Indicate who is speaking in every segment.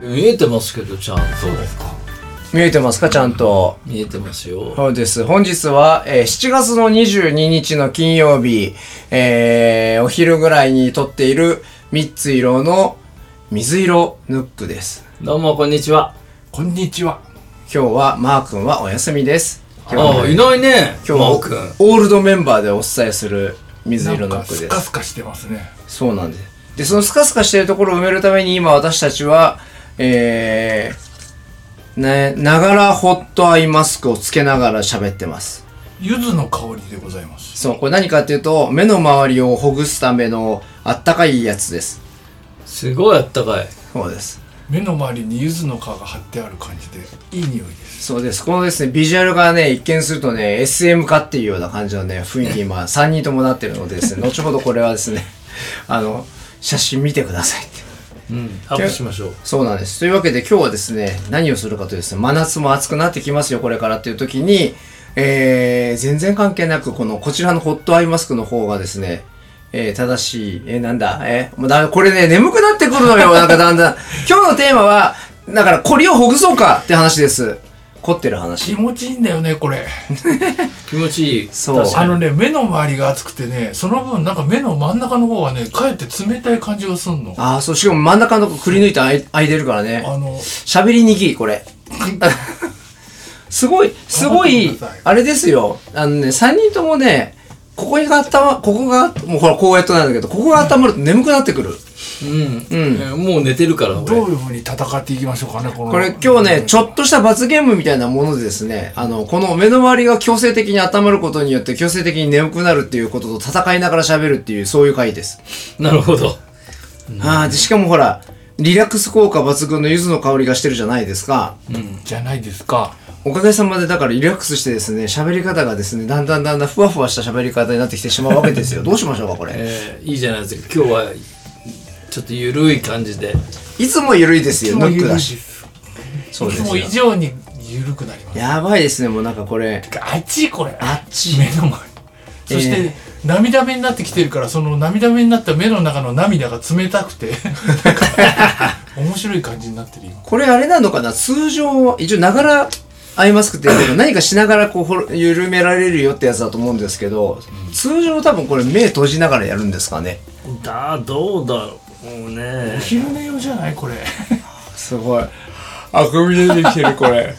Speaker 1: 見えてますけどちゃんと
Speaker 2: そうですか
Speaker 3: 見えてますかちゃんと。
Speaker 1: 見えてますよ
Speaker 3: そうです。本日は、えー7月の22日の金曜日、えーお昼ぐらいに撮っている三つ色の水色ヌックです。
Speaker 1: どうもこんにちは
Speaker 2: こんにちは
Speaker 3: 今日はマー君はお休みです。今日
Speaker 1: ああいないね
Speaker 3: 今日
Speaker 1: マ
Speaker 3: は
Speaker 1: ー君
Speaker 3: オールドメンバーでお伝えする水
Speaker 2: な
Speaker 3: 色
Speaker 2: ん
Speaker 3: の
Speaker 2: か
Speaker 3: 服
Speaker 2: ス
Speaker 3: で
Speaker 2: カ
Speaker 3: す。
Speaker 2: スカしてますね
Speaker 3: そうなんです。で、そのスカスカしてるところを埋めるために今私たちは、えー、ね、ながらホットアイマスクをつけながら喋ってます。
Speaker 2: 柚子の香りでございます
Speaker 3: そう、これ何かっていうと、目の周りをほぐすためのあったかいやつです。
Speaker 1: すごいあったかい
Speaker 3: そうです。
Speaker 2: 目の周りに柚子の皮が張ってある感じでいい匂いです
Speaker 3: そうです。このですね、ビジュアルがね、一見するとね、SM 化っていうような感じのね、雰囲気今、3人ともなってるのでですね、後ほどこれはですね、あの、写真見てくださいって。
Speaker 1: うんアップしましょう
Speaker 3: そうなんです。というわけで今日はですね、何をするかというとですね、真夏も暑くなってきますよ、これからっていう時に、えー、全然関係なく、この、こちらのホットアイマスクの方がですね、えー、正しい、えー、なんだ、えー、もうだ、これね、眠くなってくるのよ、なんかだんだ ん。今日のテーマは、だから、コリをほぐそうかって話です。凝ってる
Speaker 2: 気
Speaker 3: 話。
Speaker 2: 持ちいいんだよねこれ
Speaker 1: 気持ちいい
Speaker 3: そう
Speaker 1: 確か
Speaker 2: あ
Speaker 1: に
Speaker 2: のね目の周りが熱くてねその分なんか目の真ん中の方がねかえって冷たい感じがすんのあ
Speaker 3: ああ、そう、しかも真ん中のとこくり抜いてあい開いてるからね。
Speaker 2: の
Speaker 3: 喋りにくい、これ。 すごい、すご
Speaker 2: 頑張って
Speaker 3: い
Speaker 2: ください、
Speaker 3: あれですよ。あのね、3人ともね、ここがあったま、ここが、もうほら、こうやっとなんだけど、ここが温まると眠くなってくる。
Speaker 1: うん、えーもう寝てるから俺
Speaker 2: どういうふうに戦っていきましょうかねこの
Speaker 3: これ今日ね、ちょっとした罰ゲームみたいなものでですね、あの、この目の周りが強制的に温まることによって強制的に眠くなるっていうことと戦いながら喋るっていう、そういう回です。
Speaker 1: なるほど
Speaker 3: ああ、で、しかもほら、リラックス効果抜群の柚子の香りがしてるじゃないですか。
Speaker 2: じゃないですか
Speaker 3: おかげさまでだからリラックスしてですね、喋り方がですね、だんだんだんだんふわふわした喋り方になってきてしまうわけです よ。どうしましょうか、これ。
Speaker 1: えーいいじゃないですか今日はちょっとゆるい感じで
Speaker 3: いつもゆるいですよ、
Speaker 2: いつ
Speaker 3: ノ
Speaker 2: も
Speaker 3: ッ
Speaker 2: 緩
Speaker 3: ク
Speaker 2: いで
Speaker 3: だし。
Speaker 2: す
Speaker 3: そう
Speaker 2: い
Speaker 3: で
Speaker 2: つ
Speaker 3: す
Speaker 2: も
Speaker 3: よ
Speaker 2: 以。上に緩くなります
Speaker 3: やばいですね、もうなんかこれ。
Speaker 2: あっちいこれ
Speaker 3: あっち
Speaker 2: 目の前そして、
Speaker 3: え
Speaker 2: 涙目になってきてるからその涙目になった目の中の涙が冷たくて なんか面白い感じになってる今
Speaker 3: これあれなのかな通常、一応ながらアイマスクってやるけ ど、何かしながらこうほろ、緩められるよってやつだと思うんですけど、通常多分これ目閉じながらやるんですかね。
Speaker 1: だどうだろうね
Speaker 2: 昼寝用じゃないこれ
Speaker 3: すごい。あくび出てきてる、これ。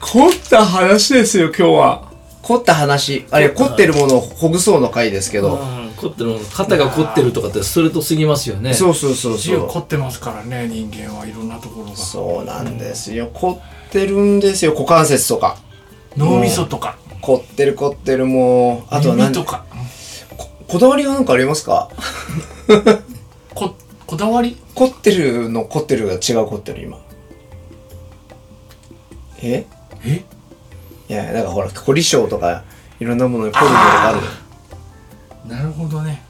Speaker 3: 凝った話ですよ、今日は。凝った話。あれ、凝ってるものをほぐそうの回ですけど。
Speaker 1: うん凝ってるもの肩が凝ってるとかってストレートすぎますよね
Speaker 3: そうそうそう
Speaker 2: 字
Speaker 3: そ
Speaker 2: を凝
Speaker 3: う。
Speaker 2: ってますからね人間はいろんなところが
Speaker 3: そうなんですよ。凝ってるんですよ、股関節とか。
Speaker 2: 脳みそとか
Speaker 3: 凝ってる凝ってる、もう。あとは
Speaker 2: 耳
Speaker 3: 何
Speaker 2: とか
Speaker 3: こだわりがなんかありますか
Speaker 2: ここだわり
Speaker 3: 凝ってるの凝ってるが違う凝ってる、今。え
Speaker 2: え
Speaker 3: いや、なんかほら、凝り性とか、いろんなものに凝るものがあるの。
Speaker 2: なるほどね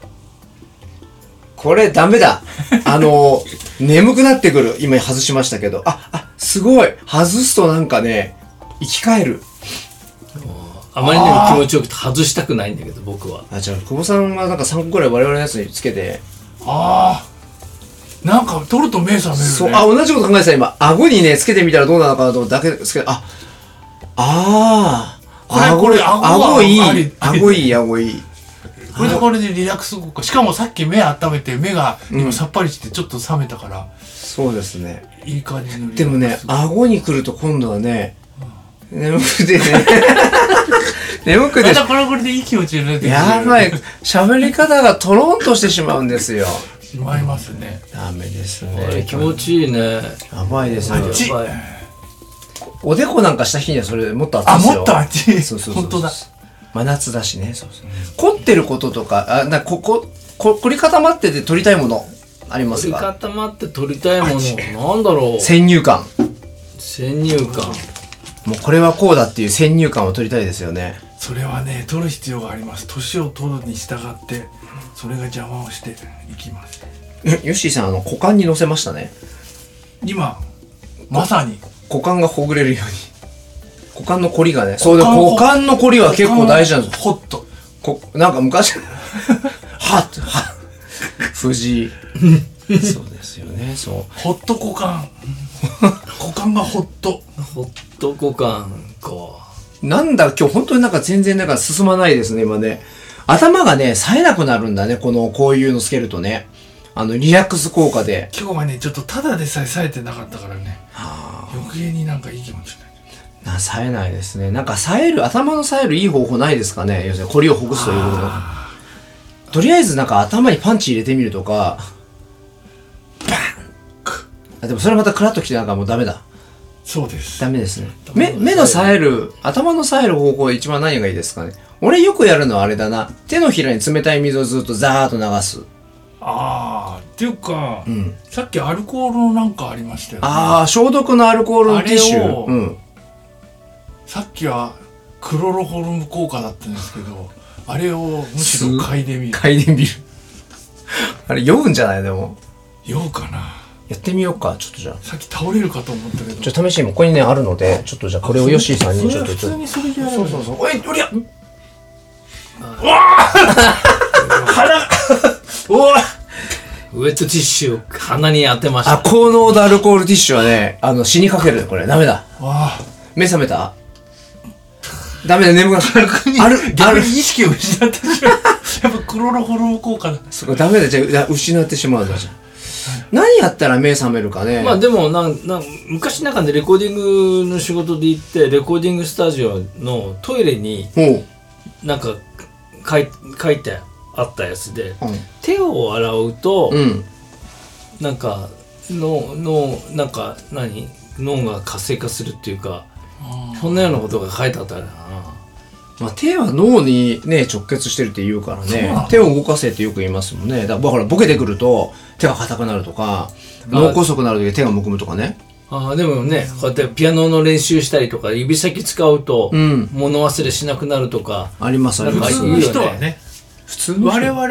Speaker 3: これダメだ。あの、眠くなってくる。今外しましたけど。あ、あ、すごい。外すとなんかね、生き返る。
Speaker 1: あまりにも気持ちよくて外したくないんだけど僕は
Speaker 3: あ、じゃあ、久保さんはなんか3個くらい我々のやつにつけて。
Speaker 2: ああなんか取ると目覚めるね
Speaker 3: そう、あ、同じこと考えてた。今、顎にね、つけてみたらどうなのかなと思ってだけつけあ、あー。
Speaker 2: これこれ顎は
Speaker 3: 顎い
Speaker 2: あり
Speaker 3: い。顎いい、顎いい。
Speaker 2: これでこれでリラックス効果しかもさっき目温めて目が今さっぱりしてちょっと冷めたから、
Speaker 3: そうですね。
Speaker 2: いい感じのリラックス
Speaker 3: でもね、顎に来ると今度はね、眠く てね。眠くて
Speaker 2: またこれはこれでいい気持ちになってくる
Speaker 3: やばい。喋り方がトロンとしてしまうんですよ。
Speaker 2: しまいますね
Speaker 3: ダメです
Speaker 1: これ
Speaker 3: ね。
Speaker 1: 気持ちいいね
Speaker 3: やばいですね。
Speaker 2: あっち
Speaker 1: やばい
Speaker 3: おでこなんかした日にはそれもっと暑い
Speaker 2: あ
Speaker 3: ですよ。
Speaker 2: もっとあっち
Speaker 3: そうそうそうそう
Speaker 2: 本当だ
Speaker 3: 真夏だしね。そうそう凝ってることとか、あ、な、ここ、こ、凝り固まってて取りたいもの、ありま
Speaker 1: 凝
Speaker 3: す
Speaker 1: り
Speaker 3: か
Speaker 1: 固まって取りたいものなんだろう
Speaker 3: 先入観。
Speaker 1: 先入観
Speaker 3: もうこれはこうだっていう先入観を取りたいですよね。
Speaker 2: それはね取る必要があります年を取るに従ってそれが邪魔をしていきます
Speaker 3: ヨッシーさん、あの、股間に乗せましたね。
Speaker 2: 今まさに
Speaker 3: 股間がほぐれるように。股間の凝りがね。そうで、
Speaker 2: 股間を
Speaker 3: 股間の凝りは結構大事なんですよ
Speaker 2: ホット
Speaker 3: こなんか昔 はっはっ藤井そうですよねそう
Speaker 2: ホット股間股間がほっと
Speaker 1: ホット股間か。
Speaker 3: なんだ、今日本当になんか全然なんか進まないですね、今ね。頭がね、冴えなくなるんだね、この、こういうのつけるとね。あの、リラックス効果で。
Speaker 2: 今日はねちょっとただでさえ冴えてなかったからね余計になんかいい気持ちになる
Speaker 3: な、冴えないですね。なんか冴える、頭の冴えるいい方法ないですかね。要するに、凝りをほぐすということ。とりあえずなんか頭にパンチ入れてみるとか、バンあでもそれまたクラッときてなんかもうダメだ。
Speaker 2: そうです
Speaker 3: ダメですね。
Speaker 1: 頭
Speaker 3: 目、目
Speaker 1: の冴える
Speaker 3: の冴える、頭の冴える方向一番何がいいですかね。俺よくやるのはあれだな。手のひらに冷たい水をずっとザーッと流す。
Speaker 2: ああっていうか、
Speaker 3: うん。
Speaker 2: さっきアルコールのなんかありましたよね
Speaker 3: ああ、消毒のアルコールのティッシ
Speaker 2: あれを
Speaker 3: ュ。うん。
Speaker 2: さっきはクロロホルム効果だったんですけどあれをむしろ嗅いでみる
Speaker 3: 嗅いでみる。 あれ酔うんじゃないでも。
Speaker 2: 酔うかな
Speaker 3: やってみようか、ちょっとじゃあ。
Speaker 2: さっき倒れるかと思ったけど
Speaker 3: ちょ、試しにもここにね、あるので、ちょっとじゃあこれをヨッシーさんにちょっと。
Speaker 2: それは普通にそれでやればいい
Speaker 3: そうそう。おい、おりゃ
Speaker 2: おい
Speaker 1: ウェットティッシュを鼻に当てまし
Speaker 3: あ、
Speaker 1: た。
Speaker 3: 高濃度アルコールティッシュはね、あの、死にかけるねこれ。ダメだ。
Speaker 2: あ
Speaker 3: 目覚めたダメだ、眠くなる。
Speaker 2: ー
Speaker 3: ある、あ
Speaker 2: 逆
Speaker 3: る
Speaker 2: に意。識を失ってしまうやっぱクロロホルム効果だ
Speaker 3: そこダメだ、じゃあ、失ってしまうじゃん。何やったら目覚めるかね。
Speaker 1: まあでもなんなん昔なんかねレコーディングの仕事で行ってレコーディングスタジオのトイレに
Speaker 3: もう、
Speaker 1: なんか書い書いてあったやつで
Speaker 3: うん
Speaker 1: 手を洗うと、
Speaker 3: うん。
Speaker 1: なんか脳脳なんか何脳が活性化するっていうかそんなようなことが書いてあったらな
Speaker 3: まあ、手は脳にね、直結してるって言うから
Speaker 2: そうな
Speaker 3: ね
Speaker 2: の、
Speaker 3: 手を動かせってよく言いますもんね。だだから、ボケてくると、手が硬くなるとか、脳梗塞になるとき手がむくむとかね。
Speaker 1: あーでもねこうやってピアノの練習したりとか指先使うと
Speaker 3: うん
Speaker 1: 物忘れしなくなるとか、
Speaker 3: あります、あり
Speaker 2: 普
Speaker 3: ます。
Speaker 2: 通
Speaker 1: なん
Speaker 2: の
Speaker 1: か
Speaker 2: 人はね
Speaker 3: 普通
Speaker 2: 我々は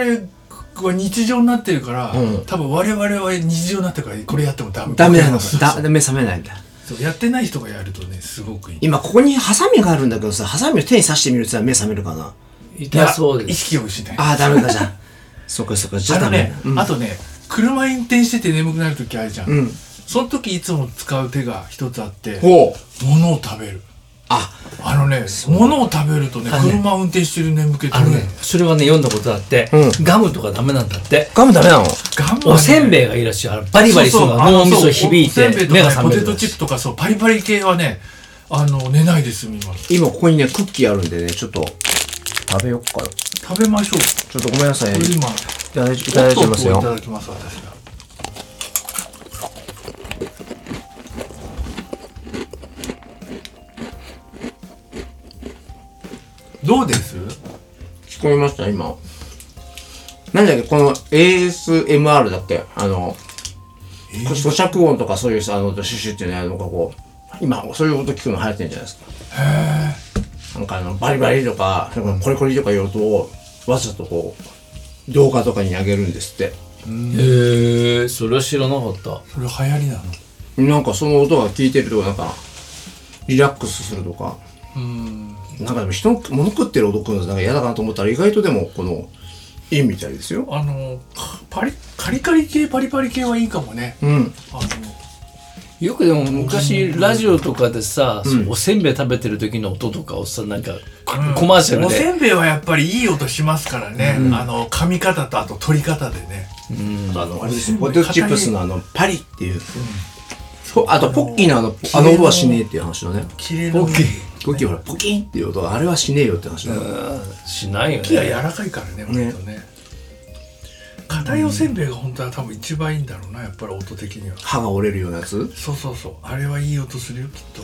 Speaker 2: 日常になってるから、
Speaker 3: うん
Speaker 2: 多分我々は日常になってるからこれやってもダメ
Speaker 3: ダメなの
Speaker 2: そう
Speaker 3: か。だ、目覚めないんだ。
Speaker 2: そうやってない人がやるとねすごくいい
Speaker 3: 今、ここにハサミがあるんだけどさ、ハサミを手に刺してみるってさ、目覚めるかな。
Speaker 1: 痛そうで
Speaker 2: 意
Speaker 1: す
Speaker 2: 識を失い
Speaker 3: ああ、ダメか、 じゃあ。そっかそっか、じゃあ
Speaker 2: あ
Speaker 3: ダ
Speaker 2: の
Speaker 3: メ
Speaker 2: ね。、
Speaker 3: うん
Speaker 2: あとね車運転してて眠くなる時あるじゃん、
Speaker 3: うん。
Speaker 2: その時いつも使う手が一つあって
Speaker 3: ほう。
Speaker 2: 物を食べる
Speaker 3: あ、
Speaker 2: あのね物を食べるとね
Speaker 3: あのね
Speaker 2: 車運転してる眠気と
Speaker 1: あのね、それはね、読んだことあって、
Speaker 3: う
Speaker 1: ガムとかダメなんだって。
Speaker 3: ガムダメなの
Speaker 2: ガムはね
Speaker 1: おせんべいがいいらっしゃる。バリバリするのが脳みそ響い
Speaker 2: そうそうおせ
Speaker 1: て、
Speaker 2: んべいとかね
Speaker 1: 目が覚め
Speaker 2: ポテ
Speaker 1: る
Speaker 2: ト
Speaker 1: らし
Speaker 2: チ
Speaker 1: い。
Speaker 2: ップとかそうパリパリ系はねあの寝ないで済みます
Speaker 3: 今ここにね、クッキーあるんでね、ちょっと、食べよっかな
Speaker 2: 食べましょう
Speaker 3: ちょっとごめんなさい。
Speaker 2: これ
Speaker 3: い
Speaker 2: 今
Speaker 3: ただいいただいてます
Speaker 2: ホ
Speaker 3: よ
Speaker 2: ッ。トをいただきます私がどうです
Speaker 3: 聞こえました、今。なんだっけ、この ASMR だっけあの、咀嚼音とかそういうさ、あの、シュシュっていうのやるのがこう、今、そういう音聞くの流行ってんじゃないですか。へなんかあの、バリバリとか、なんかコリコリとかいう音を、わざとこう、動画とかにあげるんですって。
Speaker 1: へえ、それは知らなかった。
Speaker 2: それ流行りなの
Speaker 3: なんかその音が聞いてると、なんか、リラックスするとか。
Speaker 2: うん
Speaker 3: なんかでも人の物食ってる音食うのなんか嫌だかなと思ったら意外とでもこのいいみたいですよ。
Speaker 2: あのパリカリカリ系パリパリ系はいいかもね
Speaker 3: うん。
Speaker 2: あの
Speaker 1: よくでも昔、ラジオとかでさ、おせんべい食べてる時の音とかをさ、なんか、コマーシャル
Speaker 2: お
Speaker 1: で。
Speaker 2: せんべいはやっぱりいい音しますからね、あの噛み方とあと取り方でね
Speaker 3: あの、あれです
Speaker 2: す
Speaker 3: よ、
Speaker 2: よ
Speaker 3: ポテトチップスのあの、パリっていう。そうあと、ポッキーのあの、あの音はしねえっていう話のね。
Speaker 2: 綺麗な
Speaker 1: ポッキー
Speaker 3: ポッキーほら、ポキンっていう音があれはしねえよって話だよ
Speaker 1: しないよ
Speaker 2: 木が柔
Speaker 1: ね。
Speaker 2: らかいからね割とね硬いおせんべいが本当は多分一番いいんだろうなやっぱり音的には
Speaker 3: 歯が折れるようなやつ。
Speaker 2: そうそうそうあれはいい音するよきっと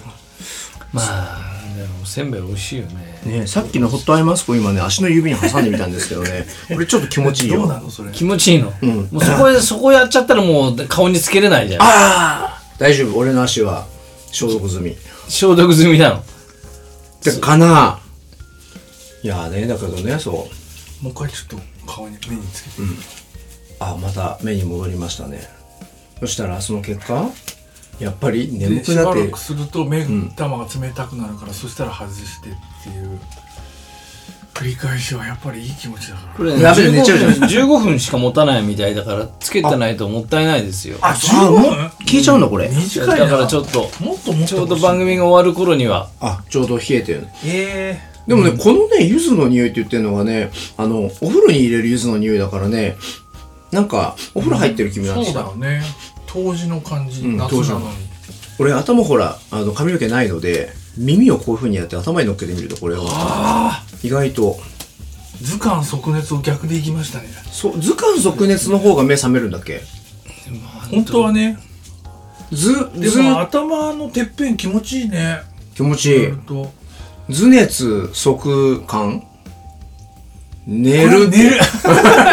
Speaker 1: まあ、でもおせんべい美味しいよね。
Speaker 3: ねさっきのホットアイマスクを今ね、足の指に挟んでみたんですけどね、これちょっと気持ちいい
Speaker 2: どう
Speaker 3: よ。
Speaker 2: な
Speaker 3: あ
Speaker 2: のそれ
Speaker 1: 気持ちいいの。もうそこで、そこやっちゃったらもう顔につけれないじゃん。
Speaker 3: あー大丈夫、俺の足は消毒済み。
Speaker 1: 消毒済みなの。
Speaker 3: てかないやーね、だけどね、そう。
Speaker 2: もう一回ちょっと顔に目につけて、
Speaker 3: あまた目に戻りましたねそしたらその結果やっぱり眠
Speaker 2: で
Speaker 3: く
Speaker 2: し
Speaker 3: なっ
Speaker 2: ば
Speaker 3: て
Speaker 2: らくすると目玉が冷たくなるから、そしたら外してっていう繰り返しはやっぱりいい気持ちだから
Speaker 1: これ
Speaker 3: やべえ寝ちゃうじゃん
Speaker 1: 15分15分しか持たないみたいだからつけてないともったいないですよ
Speaker 2: あ
Speaker 3: あもう
Speaker 2: 15
Speaker 3: 消えちゃうんだこれ
Speaker 2: 分短いな
Speaker 1: だからちょっと
Speaker 2: もっともっと
Speaker 1: ちょうど番組が終わる頃には
Speaker 3: あちょうど冷えてるね
Speaker 2: え
Speaker 3: でもね、このね柚子の匂いって言ってるのがねあのお風呂に入れる柚子の匂いだからねなんかお風呂入ってる気分に
Speaker 2: え
Speaker 3: なって
Speaker 2: そ
Speaker 3: き
Speaker 2: うだ
Speaker 3: た、
Speaker 2: よね冬至の感じ、
Speaker 3: うん
Speaker 2: 夏
Speaker 3: 冬至
Speaker 2: な
Speaker 3: の
Speaker 2: のに
Speaker 3: 俺頭ほらあの髪の毛ないので耳をこういう風にやって頭に乗っけてみるとこれは意外と
Speaker 2: 図鑑即熱を逆でいきましたね
Speaker 3: そう図鑑即熱の方が目覚めるんだっけ
Speaker 2: 本当はね
Speaker 3: 図
Speaker 2: で
Speaker 3: 図
Speaker 2: も頭のてっぺん気持ちいいね
Speaker 3: 気持ちいい
Speaker 2: ほんと
Speaker 3: 頭熱即感寝
Speaker 2: 寝
Speaker 3: る
Speaker 2: る寝る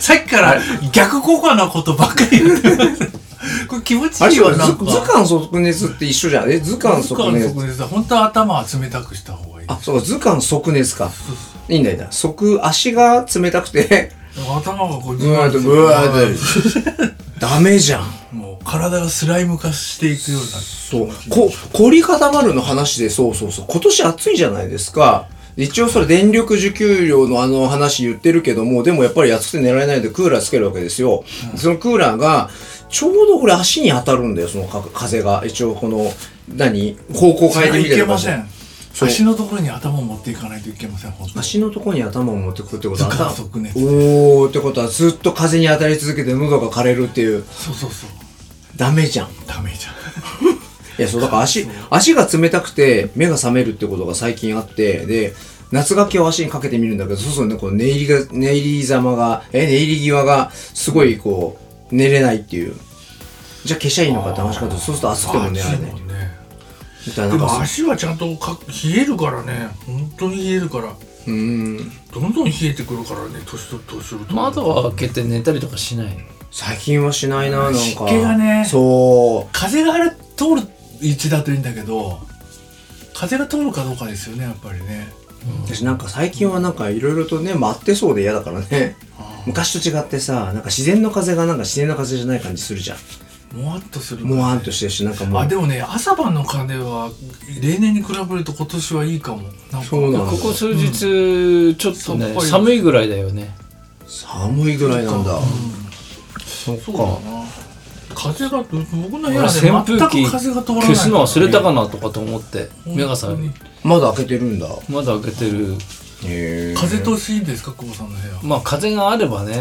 Speaker 2: さっきから逆効果なことばっかり言ってますこれ気持ち
Speaker 3: あ
Speaker 2: いい
Speaker 3: るい
Speaker 2: よ
Speaker 3: は
Speaker 2: な
Speaker 3: 図
Speaker 2: んか
Speaker 3: 図鑑即熱って一緒じゃんえ図鑑
Speaker 2: 図
Speaker 3: 即
Speaker 2: 鑑
Speaker 3: 熱
Speaker 2: 即熱だ本当は頭は冷たくした方がいい
Speaker 3: あそうか図鑑即熱かいいんだいいんだ即足が冷たく て
Speaker 2: 頭がこう
Speaker 3: ぐわーっとぐわーっとダメじゃん
Speaker 2: もう体がスライム化していくような
Speaker 3: そう。こ、凝り固まるの話で、そうそうそう。今年暑いじゃないですか。一応それ電力需給量のあの話言ってるけども、でもやっぱり暑くて寝られないのでクーラーつけるわけですよ。そのクーラーが、ちょうどこれ足に当たるんだよ、そのか風が。一応この、何方向変えてみ
Speaker 2: い
Speaker 3: て
Speaker 2: け
Speaker 3: る
Speaker 2: ま
Speaker 3: 感
Speaker 2: せん
Speaker 3: そう
Speaker 2: 足のところに頭を持っていかないといけません本当
Speaker 3: 足のところに頭を持ってくるってことは
Speaker 2: 頭が即熱
Speaker 3: おーってことはずっと風に当たり続けて喉が枯れるっていう。
Speaker 2: そうそうそう
Speaker 3: ダメじゃん。
Speaker 2: ダメじゃん
Speaker 3: いや、そう、だから足、足が冷たくて、目が覚めるってことが最近あって、で、夏掛けを足にかけてみるんだけど、そうするとね、こう、寝入りが、寝入りざまが、え、寝入り際が、すごい、こう、寝れないっていう。じゃあ消しゃいいのかって話かと、そうすると暑くても寝られない
Speaker 2: 暑。いもんね
Speaker 3: みたい
Speaker 2: で
Speaker 3: な、なん
Speaker 2: も
Speaker 3: かそ
Speaker 2: 足はちゃんとか冷えるからね本当に冷えるから
Speaker 3: う、うーん。
Speaker 2: どんどん冷えてくるからね年と年すると
Speaker 1: 窓は開けて寝たりとかしない
Speaker 3: 最近はしないな、なんか。
Speaker 2: 湿気がね
Speaker 3: そ
Speaker 2: 風があれ通る位置だといいんだけど風が通るかどうかですよねやっぱりね
Speaker 3: う。私なんか最近はなんかいろいろとね、待ってそうで嫌だからね。昔と違ってさ、なんか自然の風がなんか自然の風じゃない感じするじゃん。
Speaker 2: もわっとするからね
Speaker 3: もわーんとしてるし、なんかもう。
Speaker 2: あでもね朝晩の風は例年に比べると今年はいいかもなんか
Speaker 3: そうなんだ
Speaker 1: ここ数日ちょっとね、
Speaker 2: うん
Speaker 1: 寒いぐらいだよね
Speaker 3: 寒いぐらいなんだ。そっ
Speaker 2: そうだな風が僕の部
Speaker 1: 俺
Speaker 2: 屋で
Speaker 1: 扇風
Speaker 2: 全
Speaker 1: 機
Speaker 2: く風が通らない
Speaker 1: 消すの忘れたかなとかと思って目が覚めに
Speaker 3: まだ開けてるんだ。
Speaker 1: まだ開けてる
Speaker 3: へえ。
Speaker 2: 風通しいいですか久保さんの部屋
Speaker 1: まあ風があればね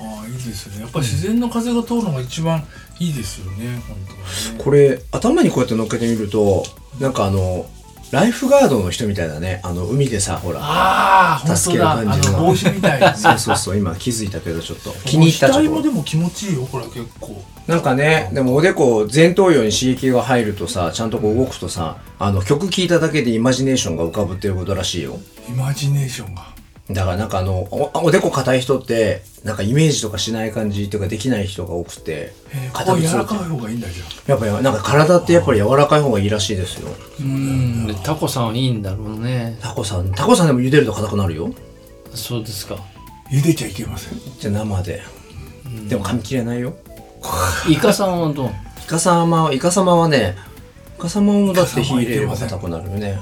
Speaker 2: ああいいですねやっぱ自然の風が通るのが一番いいですよね本当にね
Speaker 3: これ、頭にこうやって乗っけてみると、なんかあの、ライフガードの人みたいだね。あの、海でさ、ほ ら。
Speaker 2: ああ本
Speaker 3: 助け
Speaker 2: 当
Speaker 3: る
Speaker 2: だあ
Speaker 3: 感じの
Speaker 2: の帽子みたいなね
Speaker 3: そうそうそう、今気づいたけど、ちょっと。 気に入った
Speaker 2: 額
Speaker 3: ちょ
Speaker 2: も
Speaker 3: っと。
Speaker 2: でも気持ちいいよこれ結構
Speaker 3: なんかね、でもおでこ、前頭葉に刺激が入るとさ、ちゃんとこう動くとさ、あの、曲聴いただけでイマジネーションが浮かぶっていうことらしいよ。
Speaker 2: イマジネーションが
Speaker 3: だからなんかあの、おおでこ硬い人って、なんかイメージとかしない感じとかできない人が多くて
Speaker 2: え、ー、こ
Speaker 3: 硬
Speaker 2: こ
Speaker 3: く
Speaker 2: 柔
Speaker 3: そう
Speaker 2: ら
Speaker 3: って
Speaker 2: かい方がいいんだじゃん
Speaker 3: やっぱやなんか体ってやっぱり柔らかい方がいいらしいですよ。
Speaker 1: うんでタコさんはいいんだろうね
Speaker 3: タコさん、タコさんでも茹でると硬くなるよ。
Speaker 1: そうですか
Speaker 2: 茹でちゃいけません
Speaker 3: じゃあ生で。でも噛み切れないよ。
Speaker 1: イカさんはどう
Speaker 3: イカ様は、イカ様はね、イカ様もだって火入れれば
Speaker 2: イカ様はいけません
Speaker 3: 硬くなるよね。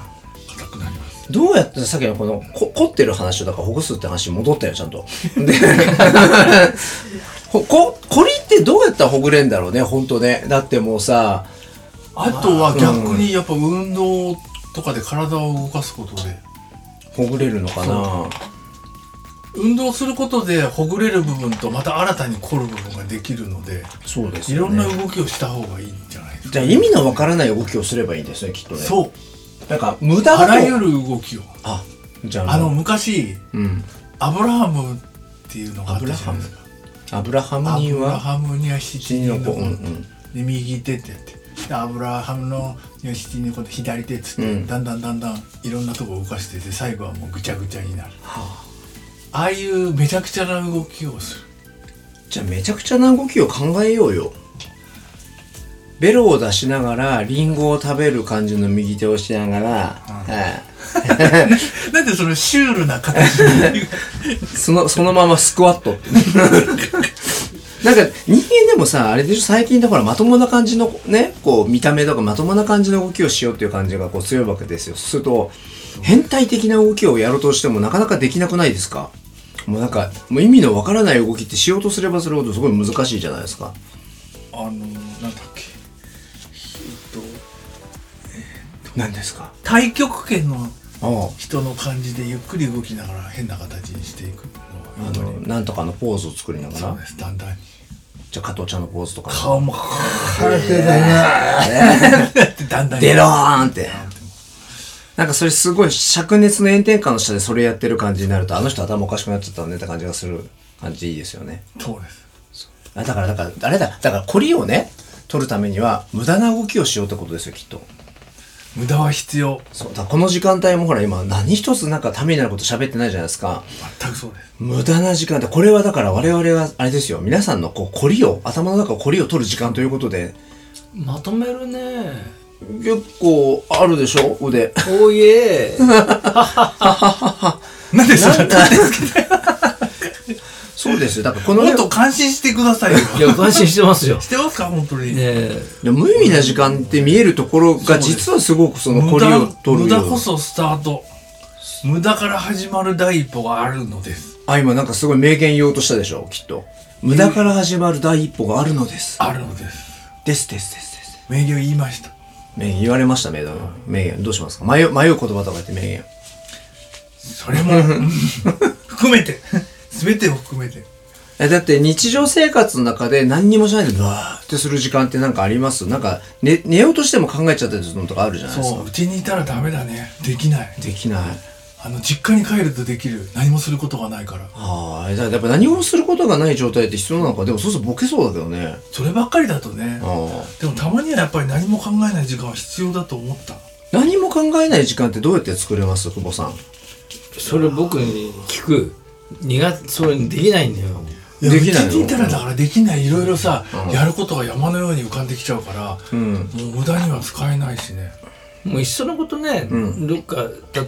Speaker 2: 硬くなります
Speaker 3: どうやってさっきのこのこ凝ってる話とだからほぐすって話に戻ったよちゃんと。で ここ凝りってどうやったらほぐれんだろうね本当ね。だってもうさ
Speaker 2: あとは逆にやっぱ運動とかで体を動かすことで
Speaker 3: ほぐれるのかな。
Speaker 2: 運動することでほぐれる部分とまた新たに凝る部分ができるので
Speaker 3: そうです
Speaker 2: い
Speaker 3: よ
Speaker 2: ろ
Speaker 3: ね
Speaker 2: んな動きをした方がいいんじゃないです
Speaker 3: じ
Speaker 2: か
Speaker 3: ゃあ意味のわからない動きをすればいいんですねきっとね。
Speaker 2: そう
Speaker 3: なんか無駄
Speaker 2: あ
Speaker 3: と
Speaker 2: らゆる動きを
Speaker 3: あ、じゃあ、
Speaker 2: あの、昔
Speaker 3: うん。
Speaker 2: アブラハムっていうのがあったじゃないですか
Speaker 3: アブラハム
Speaker 2: ア
Speaker 3: 人
Speaker 2: ブラ
Speaker 3: は、
Speaker 2: ハムには七
Speaker 3: 人
Speaker 2: 人
Speaker 3: の
Speaker 2: の
Speaker 3: 子、
Speaker 2: 子、
Speaker 3: うんうん。
Speaker 2: で右手ってやってでアブラハムのには七人の子で左手っつって、
Speaker 3: うん
Speaker 2: だんだんだんだんいろんなとこ動かしてて最後はもうぐちゃぐちゃになる、ああいうめちゃくちゃな動きをする
Speaker 3: じゃあ、めちゃくちゃな動きを考えようよ。ベロを出しながら、リンゴを食べる感じの右手をしながら、は
Speaker 2: なんでそのシ ュールな形に
Speaker 3: いその、そのままスクワットってね。なんか人間でもさあれでしょ最近だからまともな感じのねこう見た目とかまともな感じの動きをしようっていう感じがこう強いわけですよそうすると変態的な動きをやろうとしてもなかなかできなくないですかもうなんかもう意味のわからない動きってしようとすればするほどすごい難しいじゃないですか
Speaker 2: あのなんだっけえっと
Speaker 3: 何ですか
Speaker 2: 太極拳の
Speaker 3: ああ
Speaker 2: 人の感じでゆっくり動きながら変な形にしていくの
Speaker 3: あ
Speaker 2: は
Speaker 3: のなんとかのポーズを作りなが
Speaker 2: そう
Speaker 3: ら
Speaker 2: ですだんだんに
Speaker 3: じゃあ加藤ちゃんのポーズとか
Speaker 2: 顔もってだ んだんに
Speaker 3: デローンってなんかそれすごい灼熱の炎天下の下でそれやってる感じになるとあの人頭おかしくなっちゃったねって感じがする感じいいですよね
Speaker 2: そうです
Speaker 3: あだからだからあれだだからコリをね取るためには無駄な動きをしようってことですよきっと
Speaker 2: 無駄は必要
Speaker 3: そうだからこの時間帯もほら今何一つなんかためになること喋ってないじゃないですか
Speaker 2: 全くそうです
Speaker 3: 無駄な時間だこれはだから我々はあれですよ皆さんのこうコリを頭の中をコリを取る時間ということで
Speaker 1: まとめるね
Speaker 3: 結構あるでしょ腕
Speaker 1: おいえ
Speaker 2: なんでそれ
Speaker 3: そうですよだからこのね
Speaker 2: もっと感心してくださいよ
Speaker 1: いや感心してますよね
Speaker 2: してますか本当に、
Speaker 1: え
Speaker 3: で無意味な時間って見えるところが実はすごくその
Speaker 2: 無
Speaker 3: コリ
Speaker 2: 駄
Speaker 3: を取
Speaker 2: 無
Speaker 3: るよ
Speaker 2: 駄
Speaker 3: う
Speaker 2: こそスタート無駄から始まる第一歩があるのです
Speaker 3: あ今なんかすごい名言言おうとしたでしょきっと無駄から始まる第一歩があるのです
Speaker 2: あるのです
Speaker 3: ですですですです
Speaker 2: 名言を言いました
Speaker 3: 名言言われました名言名言どうしますか迷う迷う言葉とかって名言
Speaker 2: そ れもうん含めて全てを含めて
Speaker 3: えだって日常生活の中で何にもしないでバーってする時間ってなんかありますなんか寝寝ようとしても考えちゃったりするのとかあるじゃないです
Speaker 2: そう
Speaker 3: か
Speaker 2: うちにいたらダメだねできない
Speaker 3: できない
Speaker 2: あの実家に帰るとできる何もすることがないから
Speaker 3: ああだからやっぱ何もすることがない状態って必要なのかでもそうするとボケそうだけどね
Speaker 2: そればっかりだとね
Speaker 3: ああ
Speaker 2: でもたまにはやっぱり何も考えない時間は必要だと思った
Speaker 3: 何も考えない時間ってどうやって作れます久保さん
Speaker 1: それ僕に聞く苦手それできないんだよ
Speaker 2: いや
Speaker 3: できないの
Speaker 2: うちにいたらだからできないいろいろさ、
Speaker 3: うん
Speaker 2: やることが山のように浮かんできちゃうから、
Speaker 3: うん
Speaker 2: もう無駄には使えないしね
Speaker 1: もう一緒のことね、
Speaker 3: うん
Speaker 1: どっか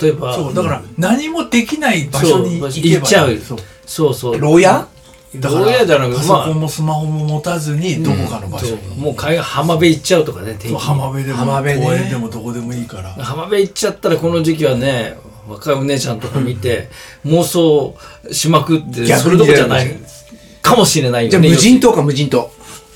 Speaker 1: 例えば
Speaker 2: そうだから
Speaker 1: ん
Speaker 2: 何もできない場所に
Speaker 1: そう
Speaker 2: 行けば
Speaker 1: 行っちゃう
Speaker 2: そう
Speaker 1: そうそう
Speaker 3: 牢屋
Speaker 2: だから
Speaker 1: 牢屋だろうけど
Speaker 2: パソコンもスマホも持たずにどこかの場
Speaker 1: そ
Speaker 2: 所
Speaker 1: う
Speaker 2: に、
Speaker 1: もう海岸浜辺行っちゃうとかね天気
Speaker 2: そう浜辺でも
Speaker 3: 浜辺ね
Speaker 2: 公園でもどこでもいいから
Speaker 1: 浜辺行っちゃったらこの時期はね若いお姉ちゃんとか見て妄想しまくっ
Speaker 3: 逆
Speaker 1: て
Speaker 3: に
Speaker 1: それどころじゃないかもしれない
Speaker 3: じゃ
Speaker 1: よ
Speaker 3: あ
Speaker 1: ね
Speaker 3: 無人島か無人島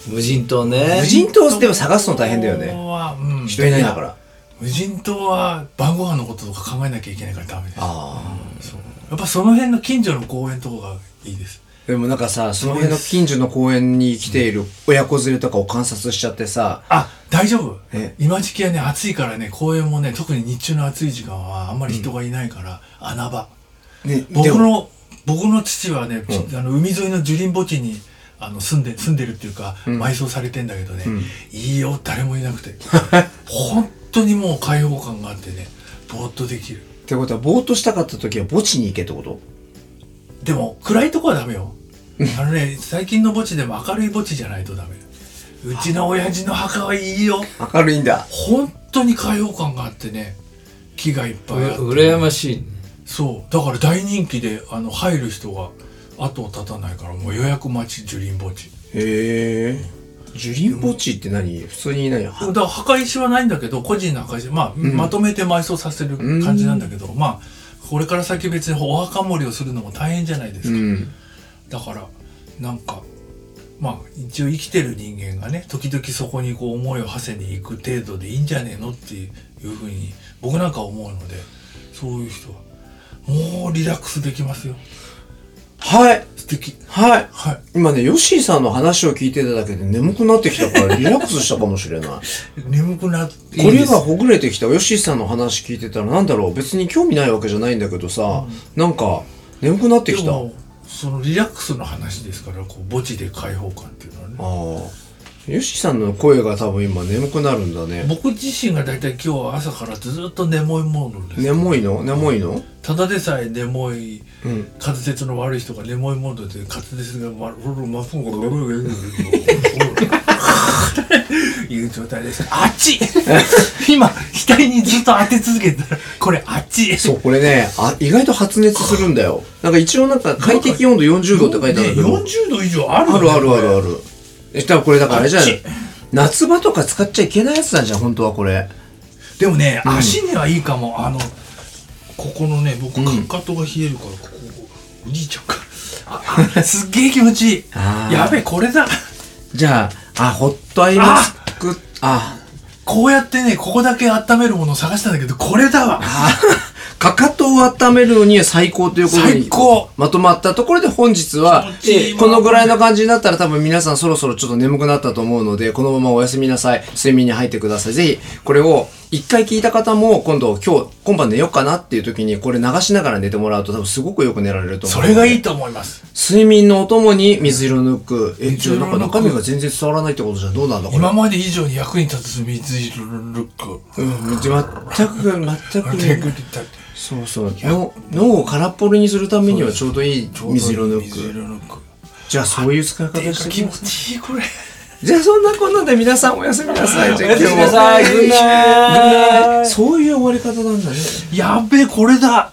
Speaker 1: 無人島ね
Speaker 3: 無人島でも探すの大変だよ
Speaker 2: 無人島
Speaker 3: ね
Speaker 2: は、うん、
Speaker 3: 人いないんだから
Speaker 2: 無人島は晩ご飯のこととか考えなきゃいけないからダメです
Speaker 3: あ
Speaker 2: そうやっぱその辺の近所の公園とかがいいです
Speaker 3: あでもなんかさその辺の近所の公園に来ている親子連れとかを観察しちゃってさ
Speaker 2: あ大丈夫
Speaker 3: え
Speaker 2: 今時期はね暑いからね公園もね特に日中の暑い時間はあんまり人がいないから、穴場
Speaker 3: ね
Speaker 2: 僕
Speaker 3: でも
Speaker 2: の僕の父はね、ちあの海沿いの樹林墓地にあの住んで住んでるっていうか、埋葬されてんだけどね、いいよ誰もいな くて本当にもう開放感があってねぼーっとできる
Speaker 3: ってことはぼーっとしたかった時は墓地に行けってこと
Speaker 2: でも暗いとこはダメよあのね最近の墓地でも明るい墓地じゃないとダメうちの親父の墓はいいよ
Speaker 3: 明るいんだ
Speaker 2: 本当に開放感があってね木がいっぱいあって、
Speaker 1: うらやましい
Speaker 2: そうだから大人気であの入る人が後を絶たないからもう予約待ち樹林墓地
Speaker 3: へえ樹林墓地って何普通にいないよ
Speaker 2: だから墓石はないんだけど個人の墓石、まあまとめて埋葬させる感じなんだけど、まあこれから先別にお墓守りをするのも大変じゃないです
Speaker 3: う
Speaker 2: か、
Speaker 3: ん
Speaker 2: だからなんかまあ一応生きてる人間がね時々そこにこう思いを馳せに行く程度でいいんじゃねえのっていうふうに僕なんか思うのでそういう人はもうリラックスできますよ
Speaker 3: はい
Speaker 2: 素敵
Speaker 3: はい
Speaker 2: はい
Speaker 3: 今ね、ヨッシーさんの話を聞いてただけで眠くなってきたからリラックスしたかもしれない。
Speaker 2: 眠くなって
Speaker 3: これ
Speaker 2: です
Speaker 3: がほぐれてきたヨッシーさんの話聞いてたらなんだろう別に興味ないわけじゃないんだけどさ、なんか眠くなってき
Speaker 2: で
Speaker 3: た。あ
Speaker 2: もそのリラックスの話ですからこう墓地で開放感っていうのはね
Speaker 3: あー。ヨッシーさんの声が多分今眠くなるんだね。
Speaker 2: 僕自身が大体今日は朝からずっと眠いものです、
Speaker 3: 眠いの眠いの
Speaker 2: ただでさえ眠い
Speaker 3: うん。
Speaker 2: 滑舌の悪い人が眠いモードで滑舌が悪い、まふんごろいう状態ですあっち今額にずっと当て続けてたらこれあっち
Speaker 3: そう、これね、あ、意外と発熱するんだよ。なんか一応なんか快適温度40度って書いてあるんだけど。
Speaker 2: ね40度以上ある
Speaker 3: あるあるあるあ
Speaker 2: る
Speaker 3: る。え、多分これだからあれじゃん
Speaker 2: あっち。
Speaker 3: 夏場とか使っちゃいけないやつなんじゃん、本当はこれ。
Speaker 2: でもね、足にはいいかもあのここのね僕かかとが冷えるからここおじいちゃんからあすっげえ気持ちいい
Speaker 3: あー
Speaker 2: やべえこれだ
Speaker 3: じゃあ、あ、ホットアイマスク、あ、
Speaker 2: こうやってねここだけ温めるものを探したんだけどこれだわ
Speaker 3: あ かかとを温めるのには最高ということに
Speaker 2: 最高
Speaker 3: まとまったところで本日は
Speaker 2: 気持ちいい
Speaker 3: えー
Speaker 2: わ
Speaker 3: このぐらいの感じになったら多分皆さんそろそろちょっと眠くなったと思うのでこのままおやすみなさい睡眠に入ってくださいぜひこれを一回聞いた方も今度今日今晩寝ようかなっていう時にこれ流しながら寝てもらうと多分すごくよく寝られると思
Speaker 2: そうれが
Speaker 3: い
Speaker 2: いいと思います
Speaker 3: 睡眠のお供に水色の服えじゃあなんか
Speaker 2: 水色の服
Speaker 3: 中身が全然伝わらないってことじゃんどうなんだこれ
Speaker 2: 今まで以上に役に立つ水色ルック
Speaker 3: うん全く全く
Speaker 2: 手繰りた
Speaker 3: そうそうの脳を空っぽにするためにはちょうどいい水色の服
Speaker 2: 水色の服
Speaker 3: じゃあそういう使い方
Speaker 2: ていう
Speaker 3: し
Speaker 2: か
Speaker 3: て
Speaker 2: 気
Speaker 3: き
Speaker 2: 持
Speaker 3: ます
Speaker 2: ちいいこれ
Speaker 3: じゃあそんなこんなんで皆さんおやすみなさいじゃあ
Speaker 1: おやすみなさい
Speaker 3: 今日も
Speaker 1: グッナイ
Speaker 3: そういう終わり方なんだね
Speaker 2: やべえこれだ